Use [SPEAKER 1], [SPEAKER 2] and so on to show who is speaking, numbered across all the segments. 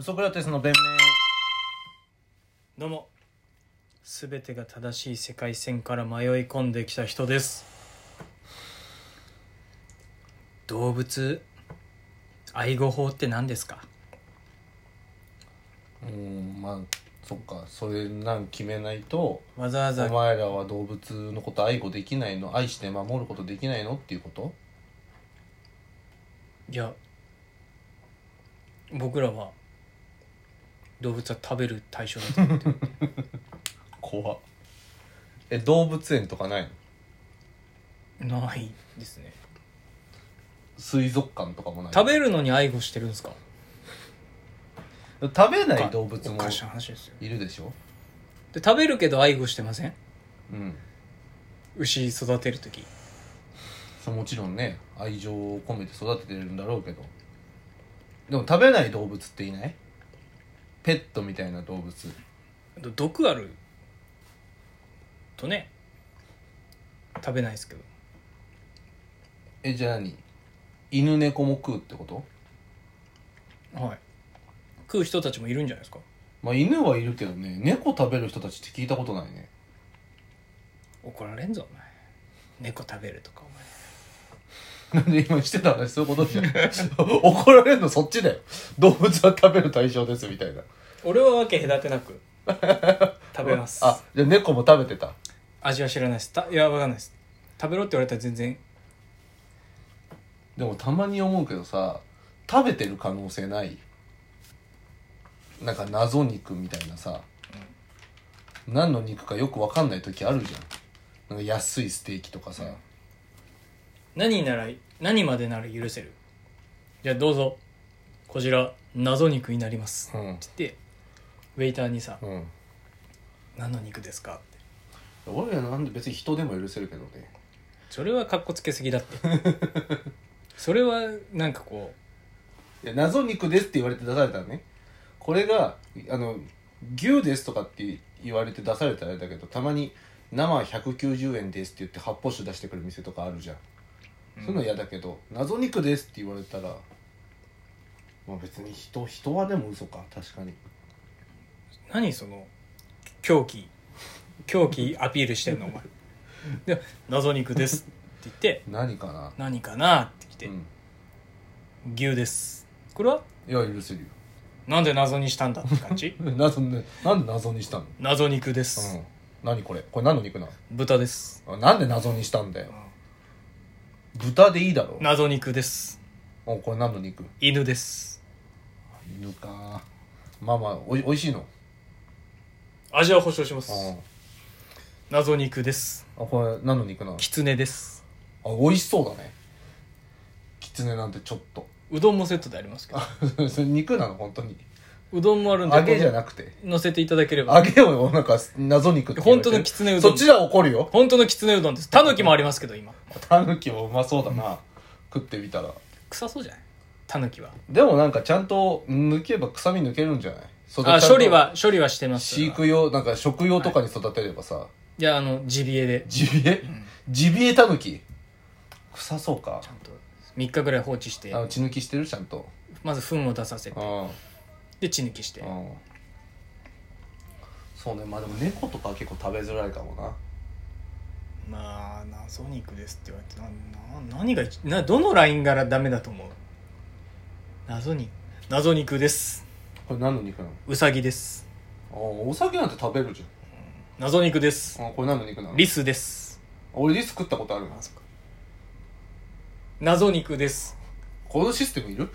[SPEAKER 1] ソクラテスの弁
[SPEAKER 2] どうも全てが正しい世界線から迷い込んできた人です動物愛護法って何ですか
[SPEAKER 1] 明うんまあそっかそれなん決めないと
[SPEAKER 2] わざわ
[SPEAKER 1] お
[SPEAKER 2] ざ
[SPEAKER 1] 前らは動物のこと愛護できないの愛して守ることできないのっていうこと
[SPEAKER 2] いや僕らは動物は食べる対象だと思ってる
[SPEAKER 1] 怖っえ動物園とかないの
[SPEAKER 2] ないですね
[SPEAKER 1] 水族館とかもない
[SPEAKER 2] 食べるのに愛護してるんですか
[SPEAKER 1] 食べない動物
[SPEAKER 2] お
[SPEAKER 1] も
[SPEAKER 2] かしな話ですよ
[SPEAKER 1] いるでしょ
[SPEAKER 2] で食べるけど愛護してません
[SPEAKER 1] うん
[SPEAKER 2] 牛育てる時
[SPEAKER 1] そうもちろんね愛情を込めて育ててるんだろうけどでも食べない動物っていないペットみたいな動物
[SPEAKER 2] ど毒あるとね食べないですけど
[SPEAKER 1] えじゃあ何犬猫も食うってこと
[SPEAKER 2] はい食う人たちもいるんじゃないですか
[SPEAKER 1] まあ犬はいるけどね猫食べる人たちって聞いたことないね
[SPEAKER 2] 怒られんぞお前猫食べるとか
[SPEAKER 1] なんで今してた話そういう ことじゃん怒られるのそっちだよ動物は食べる対象ですみたいな
[SPEAKER 2] お前俺はわけ隔てな く食べます
[SPEAKER 1] あじゃあ猫も食べてた
[SPEAKER 2] 味は知らないですたいやわかんないです食べろって言われたら全然
[SPEAKER 1] でもたまに思うけどさ食べてる可能性ないなんか謎肉みたいなさ、何の肉かよく分かんない時あるじゃんなんか安いステーキとかさ、
[SPEAKER 2] 何なら何までなら許せるじゃあどうぞこちら謎肉になります、
[SPEAKER 1] うん
[SPEAKER 2] って言ってウェイターにさ
[SPEAKER 1] うん
[SPEAKER 2] 「何の肉ですか?」って
[SPEAKER 1] 俺らなんで別に人でも許せるけどね
[SPEAKER 2] それはかっこつけすぎだって それはなんかこ
[SPEAKER 1] いや謎肉ですって言われて出されたらねこれがあの牛ですとかって言われて出されたらあれだけどたまに生190円ですって言って発泡酒出してくる店とかあるじゃん、そういうの嫌だけど謎肉ですって言われたらまあ別に人人はでも嘘か確かに
[SPEAKER 2] う何その狂気狂気アピールしてんの お前で「謎肉です」って言って
[SPEAKER 1] 何かな
[SPEAKER 2] 「何かな?」って来て
[SPEAKER 1] うん
[SPEAKER 2] 「牛です」これはい
[SPEAKER 1] や許せるよ
[SPEAKER 2] なんで謎にしたんだって感じ
[SPEAKER 1] 謎ねなんで謎にしたの
[SPEAKER 2] 謎肉で
[SPEAKER 1] う
[SPEAKER 2] す、
[SPEAKER 1] ん何これこれ何の肉な
[SPEAKER 2] 豚です
[SPEAKER 1] のあなんで謎にしたんだよ、豚でいいだろ
[SPEAKER 2] 謎肉です
[SPEAKER 1] おこれ何の肉
[SPEAKER 2] 犬です
[SPEAKER 1] 犬かまあまあおいおいしいの
[SPEAKER 2] 味は保証します
[SPEAKER 1] あ
[SPEAKER 2] 謎肉です
[SPEAKER 1] これ何の肉なの
[SPEAKER 2] 狐です
[SPEAKER 1] あ美味しそうだねキツネなんてちょっと
[SPEAKER 2] うどんもセットでありますけど
[SPEAKER 1] それ肉なの本当に
[SPEAKER 2] うどんもあるんで
[SPEAKER 1] 揚げじゃなくて
[SPEAKER 2] 乗せていただければ
[SPEAKER 1] 揚げをなんか謎肉って言われてる
[SPEAKER 2] 本当のキツネうど
[SPEAKER 1] そっ
[SPEAKER 2] ん
[SPEAKER 1] ちは怒るよ
[SPEAKER 2] 本当のきつねうどんですたぬきもありますけど今
[SPEAKER 1] タヌキもうまそうだな、食ってみたら
[SPEAKER 2] 臭そうじゃないたぬきは
[SPEAKER 1] でもなんかちゃんと抜けば臭み抜けるんじゃないそれ
[SPEAKER 2] あ
[SPEAKER 1] ちゃんと
[SPEAKER 2] 処理は処理はしてます
[SPEAKER 1] 飼育用なんか食用とかに育てればさ、
[SPEAKER 2] いやあのジビエで
[SPEAKER 1] ジビエ、ジビエタヌキ臭そうか
[SPEAKER 2] ちゃんと3日ぐらい放置して
[SPEAKER 1] あの血抜きしてるちゃんと
[SPEAKER 2] まず糞を出させ
[SPEAKER 1] う
[SPEAKER 2] て
[SPEAKER 1] ん
[SPEAKER 2] で血抜きして
[SPEAKER 1] うんそうねまあでも猫とかは結構食べづらいかもな
[SPEAKER 2] まあ謎肉ですって言われてなな何が一などのラインがダメだと思う謎に謎肉です
[SPEAKER 1] これ何の肉なの
[SPEAKER 2] うさぎです
[SPEAKER 1] あお酒なんて食べるじ
[SPEAKER 2] 謎肉です
[SPEAKER 1] ゃんあこれ何の肉なの
[SPEAKER 2] リスです
[SPEAKER 1] 俺リス食ったことあるの
[SPEAKER 2] あそっか謎肉です
[SPEAKER 1] このシステムいる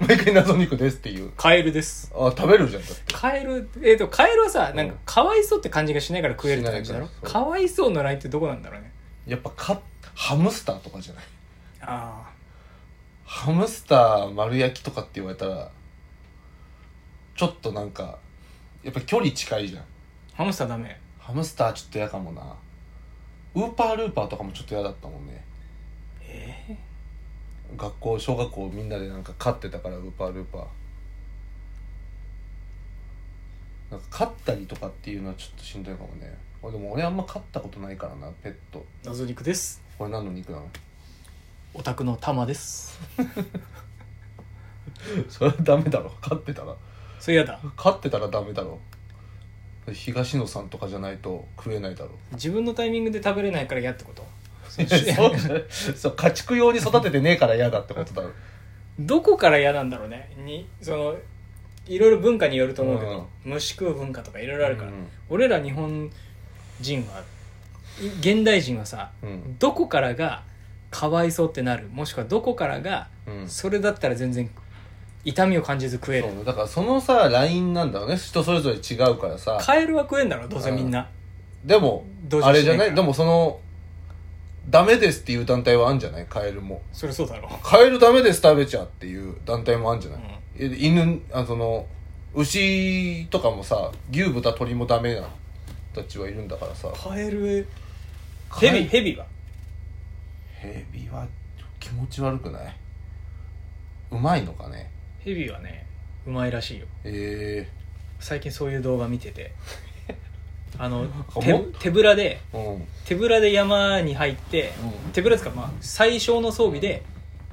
[SPEAKER 1] 毎回謎肉ですっていう
[SPEAKER 2] カエルです
[SPEAKER 1] あ食べるじゃんだって
[SPEAKER 2] カエルえっ、とカエルはさなんか
[SPEAKER 1] うん
[SPEAKER 2] かわいそうって感じがしないから食えるって感じだろ
[SPEAKER 1] しないからそ
[SPEAKER 2] かわいそうのラインってどこなんだろうね
[SPEAKER 1] やっぱかハムスターとかじゃない
[SPEAKER 2] あ
[SPEAKER 1] ハムスター丸焼きとかって言われたらちょっとなんかやっぱ距離近いじゃん
[SPEAKER 2] あハムスターダメ
[SPEAKER 1] ハムスターちょっと嫌かもなウーパールーパーとかもちょっと嫌だったもんね
[SPEAKER 2] ええ
[SPEAKER 1] 学校小学校みんなでなんか飼ってたからウーパールーパーなんか飼ったりとかっていうのはちょっとしんどいかもね俺でも俺あんま飼ったことないからなペット
[SPEAKER 2] 謎肉です
[SPEAKER 1] これ何の肉なの
[SPEAKER 2] オタクの玉です
[SPEAKER 1] それはダメだろ勝ってたら
[SPEAKER 2] それやだ
[SPEAKER 1] 勝ってたらダメだろ東野さんとかじゃないと食えない だろ
[SPEAKER 2] 自分のタイミングで食べれないから嫌ってこと
[SPEAKER 1] そうそう家畜用に育ててねえから嫌だってことだろ
[SPEAKER 2] どこから嫌なんだろうねにそのいろいろ文化によると思うけど、虫食う文化とかいろいろあるから、
[SPEAKER 1] うん
[SPEAKER 2] 俺ら日本人はい現代人はさ、
[SPEAKER 1] うん
[SPEAKER 2] どこからがかわいそうってなるもしくはどこからが
[SPEAKER 1] うん
[SPEAKER 2] それだったら全然痛みを感じず食える、
[SPEAKER 1] そうだからそのさラインなんだろうね人それぞれ違うからさ
[SPEAKER 2] カエルは食えんだろどうせみんな、
[SPEAKER 1] でも
[SPEAKER 2] 同情し
[SPEAKER 1] あ
[SPEAKER 2] ないから
[SPEAKER 1] れじゃないでもそのダメですっていう団体はあるんじゃないカエルも
[SPEAKER 2] それそうだろ
[SPEAKER 1] カエルダメです食べちゃっていう団体もあるんじゃない、
[SPEAKER 2] う
[SPEAKER 1] え犬あその牛とかもさ牛豚鳥もダメな人たちはいるんだからさ
[SPEAKER 2] カエル
[SPEAKER 1] カ
[SPEAKER 2] ヘ
[SPEAKER 1] エル
[SPEAKER 2] ビヘビは
[SPEAKER 1] ヘビは気持ち悪くないうまいのかね
[SPEAKER 2] ヘビはねうまいらしいよ
[SPEAKER 1] え
[SPEAKER 2] 最近そういう動画見て てあの
[SPEAKER 1] か
[SPEAKER 2] 手
[SPEAKER 1] も
[SPEAKER 2] 手ぶらで
[SPEAKER 1] えうん
[SPEAKER 2] 手ぶらで山に入って、
[SPEAKER 1] うん
[SPEAKER 2] 手ぶらですか、まあ、最小の装備で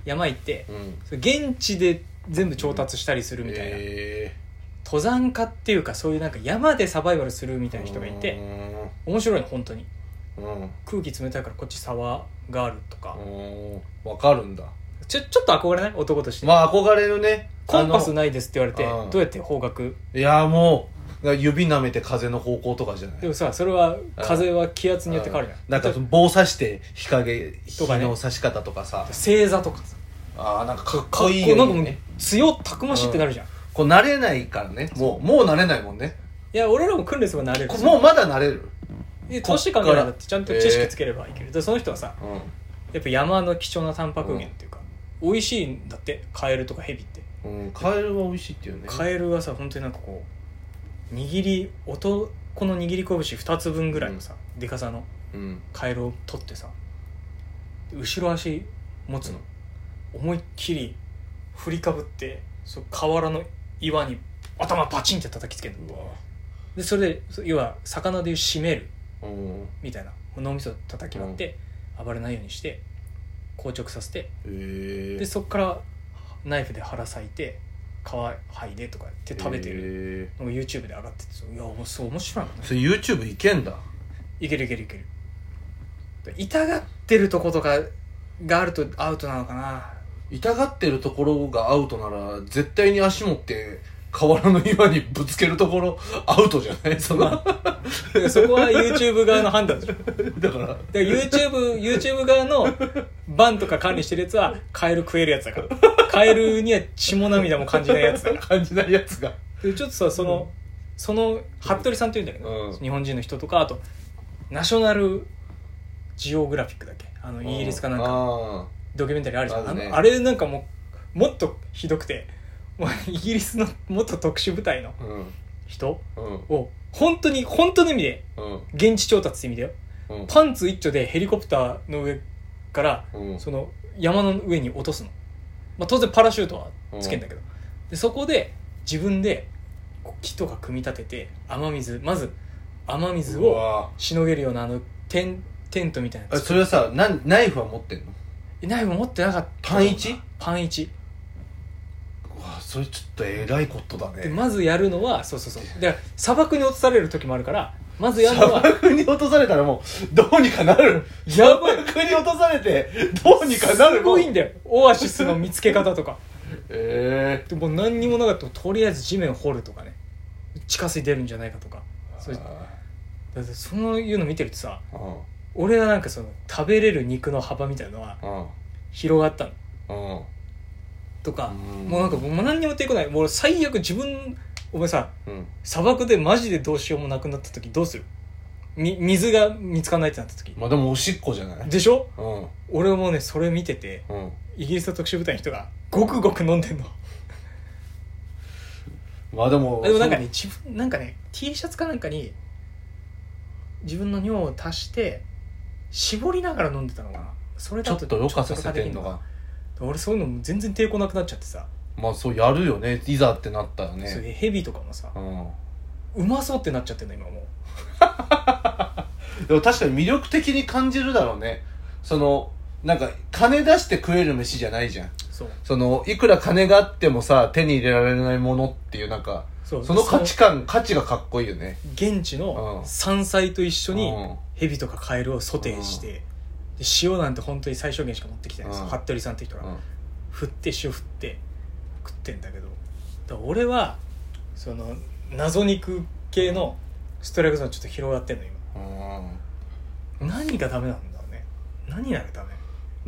[SPEAKER 2] 山行って、
[SPEAKER 1] うん
[SPEAKER 2] それ現地で全部調達したりするみたいな、
[SPEAKER 1] え
[SPEAKER 2] 登山家っていうかそういうなんか山でサバイバルするみたいな人がいて面白いの本当に
[SPEAKER 1] うんうん
[SPEAKER 2] 空気冷たいからこっち沢があるとか、
[SPEAKER 1] うんわかるんだ
[SPEAKER 2] ちょちょっと憧れない男として、
[SPEAKER 1] まあ憧れるね
[SPEAKER 2] コンパス
[SPEAKER 1] あ
[SPEAKER 2] ないですって言われて
[SPEAKER 1] うん
[SPEAKER 2] どうやって方角
[SPEAKER 1] のいやもう指舐めて風の方向とかじゃない
[SPEAKER 2] でもさそれは風は気圧によって変わるじゃん
[SPEAKER 1] うんなんかその棒刺して日陰日
[SPEAKER 2] とかね
[SPEAKER 1] の刺し方とかさ
[SPEAKER 2] 星座とかさ
[SPEAKER 1] ああなんかかっ
[SPEAKER 2] かっ
[SPEAKER 1] こ
[SPEAKER 2] こ
[SPEAKER 1] い
[SPEAKER 2] い
[SPEAKER 1] い
[SPEAKER 2] い、なん
[SPEAKER 1] よ
[SPEAKER 2] かもう
[SPEAKER 1] ね
[SPEAKER 2] 強たくましいってなるじゃん、
[SPEAKER 1] こう慣れないからねもうもう慣れないもんね
[SPEAKER 2] いや俺らも訓練すればなれる
[SPEAKER 1] こもうまだ慣れる
[SPEAKER 2] で投資関係だってちゃんと知識つければいける、でその人はさやっぱ山の貴重なタンパク源っていうか、美味しいんだってカエルとかヘビって、
[SPEAKER 1] うん、カエルは美味しいっていうね
[SPEAKER 2] カエルはさ本当になんかこう握り男の握り拳2つ分ぐらいのさ、でかさの
[SPEAKER 1] うん
[SPEAKER 2] カエルを取ってさ後ろ足持つの、思いっきり振りかぶってそう河原の岩に頭バチンって叩きつけるの
[SPEAKER 1] うわ
[SPEAKER 2] でそれでそう要は魚でいう締める
[SPEAKER 1] うん
[SPEAKER 2] みたいな脳みそ叩き割って、暴れないようにして硬直させて
[SPEAKER 1] え
[SPEAKER 2] でそっからナイフで腹裂いて皮剥いでとかやって食べてる
[SPEAKER 1] る、
[SPEAKER 2] のが YouTube で上がっててそういやもうそう面白いもん
[SPEAKER 1] え
[SPEAKER 2] ね
[SPEAKER 1] ー、それ YouTube いけんだ
[SPEAKER 2] いけるいけるいける痛がってるとことかがあるとアウトなのかな
[SPEAKER 1] 痛がってるところがアウトなら絶対に足持って河原の岩にぶつけるところアウトじゃないそ のだか
[SPEAKER 2] そこは YouTube 側の判断でしょだからら YouTube, YouTube 側のバンとか管理してるやつはカエル食えるやつだからカエルには血も涙も感じないやつだから
[SPEAKER 1] 感じないやつが
[SPEAKER 2] でちょっとさその、その服部さんっていうんだけど、
[SPEAKER 1] うん
[SPEAKER 2] 日本人の人とかあとナショナルジオグラフィックだっけあのイギリスかなんか
[SPEAKER 1] か
[SPEAKER 2] ドキュメンタリーあるじゃん
[SPEAKER 1] あ
[SPEAKER 2] あ,、
[SPEAKER 1] るね
[SPEAKER 2] のあれなんかもうもっとひどくてもうイギリスの元特殊部隊の
[SPEAKER 1] うん
[SPEAKER 2] 人
[SPEAKER 1] うん
[SPEAKER 2] を本当に本当の意味で
[SPEAKER 1] うん
[SPEAKER 2] 現地調達って意味だよ
[SPEAKER 1] うん
[SPEAKER 2] パンツ一丁でヘリコプターの上から
[SPEAKER 1] うん
[SPEAKER 2] その山の上に落とすの、まあ、当然パラシュートはつけんだけど、でそこで自分でこう木とか組み立てて雨水まず雨水
[SPEAKER 1] う
[SPEAKER 2] を
[SPEAKER 1] わ
[SPEAKER 2] しのげるようなあのテンテントみたいな
[SPEAKER 1] あ
[SPEAKER 2] やつ
[SPEAKER 1] それはさなんナイフは持ってんの
[SPEAKER 2] えナイフ持ってなかった
[SPEAKER 1] パン一
[SPEAKER 2] パン一
[SPEAKER 1] うわそれちょっとえらいことだね
[SPEAKER 2] でまずやるのはそうそうそうだから砂漠に落とされる時もあるからまずやるの
[SPEAKER 1] 砂
[SPEAKER 2] は
[SPEAKER 1] 漠に落とされたらもうどうにかなる
[SPEAKER 2] やばい
[SPEAKER 1] 砂漠に落とされてどうにかなる
[SPEAKER 2] すごいんだよオアシスの見つけ方とか
[SPEAKER 1] ええ
[SPEAKER 2] でもう何にもなかったらとりあえず地面を掘るとかね地下水出るんじゃないかとかそれだってそういうの見てるとさ
[SPEAKER 1] うん
[SPEAKER 2] 俺はなんかその食べれる肉の幅みたいなのは
[SPEAKER 1] うん
[SPEAKER 2] 広がったの
[SPEAKER 1] うん
[SPEAKER 2] とか
[SPEAKER 1] うん
[SPEAKER 2] もうなんかもう何にも抵抗ないもう最悪自分お前さ
[SPEAKER 1] うん
[SPEAKER 2] 砂漠でマジでどうしようもなくなった時どうするみ水が見つかんないってなった時
[SPEAKER 1] まあでもおしっこじゃない
[SPEAKER 2] でしょ
[SPEAKER 1] うん
[SPEAKER 2] 俺もねそれ見てて
[SPEAKER 1] うん
[SPEAKER 2] イギリスの特殊部隊の人がごくごく飲んでんの
[SPEAKER 1] まあでも
[SPEAKER 2] でもなんかね自分なんかね T シャツかなんかに自分の尿を足して絞りながら飲んでたのかなそれ
[SPEAKER 1] ちょ
[SPEAKER 2] だ
[SPEAKER 1] っ
[SPEAKER 2] と
[SPEAKER 1] とろ過させてんの
[SPEAKER 2] ちょ
[SPEAKER 1] が
[SPEAKER 2] っとろ過できんのかな俺そういうのも全然抵抗なくなっちゃってさ、
[SPEAKER 1] まあそうやるよねいざってなったら
[SPEAKER 2] そうい
[SPEAKER 1] ね
[SPEAKER 2] うヘビとかもさ
[SPEAKER 1] うん
[SPEAKER 2] うまそうってなっちゃってんの今もう
[SPEAKER 1] でも確かに魅力的に感じるだろうねそのなんか金出して食える飯じゃないじゃん
[SPEAKER 2] そう
[SPEAKER 1] そのいくら金があってもさ手に入れられないものっていうなんか
[SPEAKER 2] そ
[SPEAKER 1] そうの価値観価値がかっこいいよね
[SPEAKER 2] 現地
[SPEAKER 1] う
[SPEAKER 2] の
[SPEAKER 1] ん
[SPEAKER 2] 山菜と一緒に
[SPEAKER 1] うん
[SPEAKER 2] ヘビとかカエルをソテーして、で塩なんて本当に最小限しか持ってきてないです、
[SPEAKER 1] うん
[SPEAKER 2] 服部さんって人が、
[SPEAKER 1] うん
[SPEAKER 2] 振って塩振って食ってんだけどだから俺はその謎肉系のストライクゾーンちょっと広がってんの今何がダメなんだろうね何ならダメ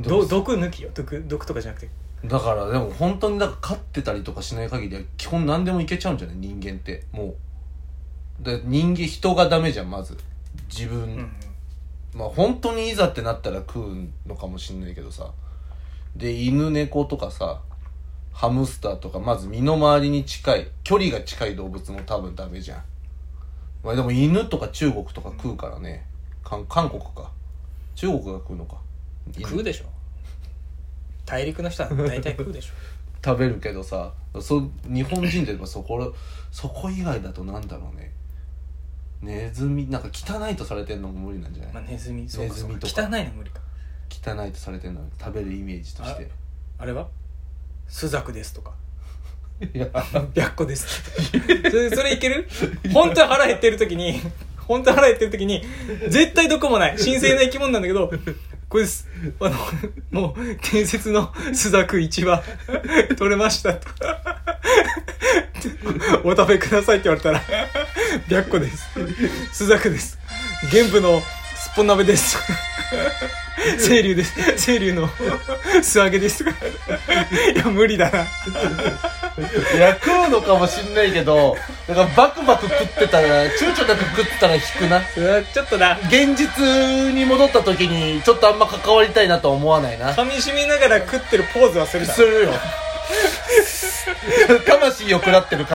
[SPEAKER 2] ど毒抜きよ毒毒とかじゃなくて
[SPEAKER 1] だからでも本当になんか飼ってたりとかしない限りは基本何でもいけちゃうんじゃない人間ってもうで人間人がダメじゃんまず自分、
[SPEAKER 2] うん
[SPEAKER 1] まあ本当にいざってなったら食うのかもしんないけどさで犬猫とかさハムスターとかまず身の回りに近い距離が近い動物も多分ダメじゃんまあでも犬とか中国とか食うからね韓韓国か中国が食うのか犬
[SPEAKER 2] 食うでしょ大陸の人は大体食うでしょ
[SPEAKER 1] 食べるけどさそ日本人で言えばそこそこ以外だとなんだろうねネズミなんか汚いとされてんのも無理なんじゃない、
[SPEAKER 2] まあネズミそうかそ
[SPEAKER 1] ネ
[SPEAKER 2] う
[SPEAKER 1] ズミ
[SPEAKER 2] か
[SPEAKER 1] とか
[SPEAKER 2] 汚いの無理か
[SPEAKER 1] 汚いとされてんの食べるイメージとして
[SPEAKER 2] あれはスザクですとか
[SPEAKER 1] いや
[SPEAKER 2] 白個ですそれそれいける本当に腹減ってる時に本当に腹減ってる時に絶対どこもない神聖な生き物なんだけどこれですあのもう建設のスザク1羽取れましたとお食べくださいって言われたら白個ですスザクです玄武のすっぽん鍋です清流です清流の素揚げですいや無理だない
[SPEAKER 1] や食うのかもしんないけどだからバクバク食ってたら躊躇なく食ってたら引くな
[SPEAKER 2] うわちょっとな
[SPEAKER 1] 現実に戻った時にちょっとあんま関わりたいなとは思わないな
[SPEAKER 2] 噛み締めながら食ってるポーズはするだろ
[SPEAKER 1] するよ 魂を食らってる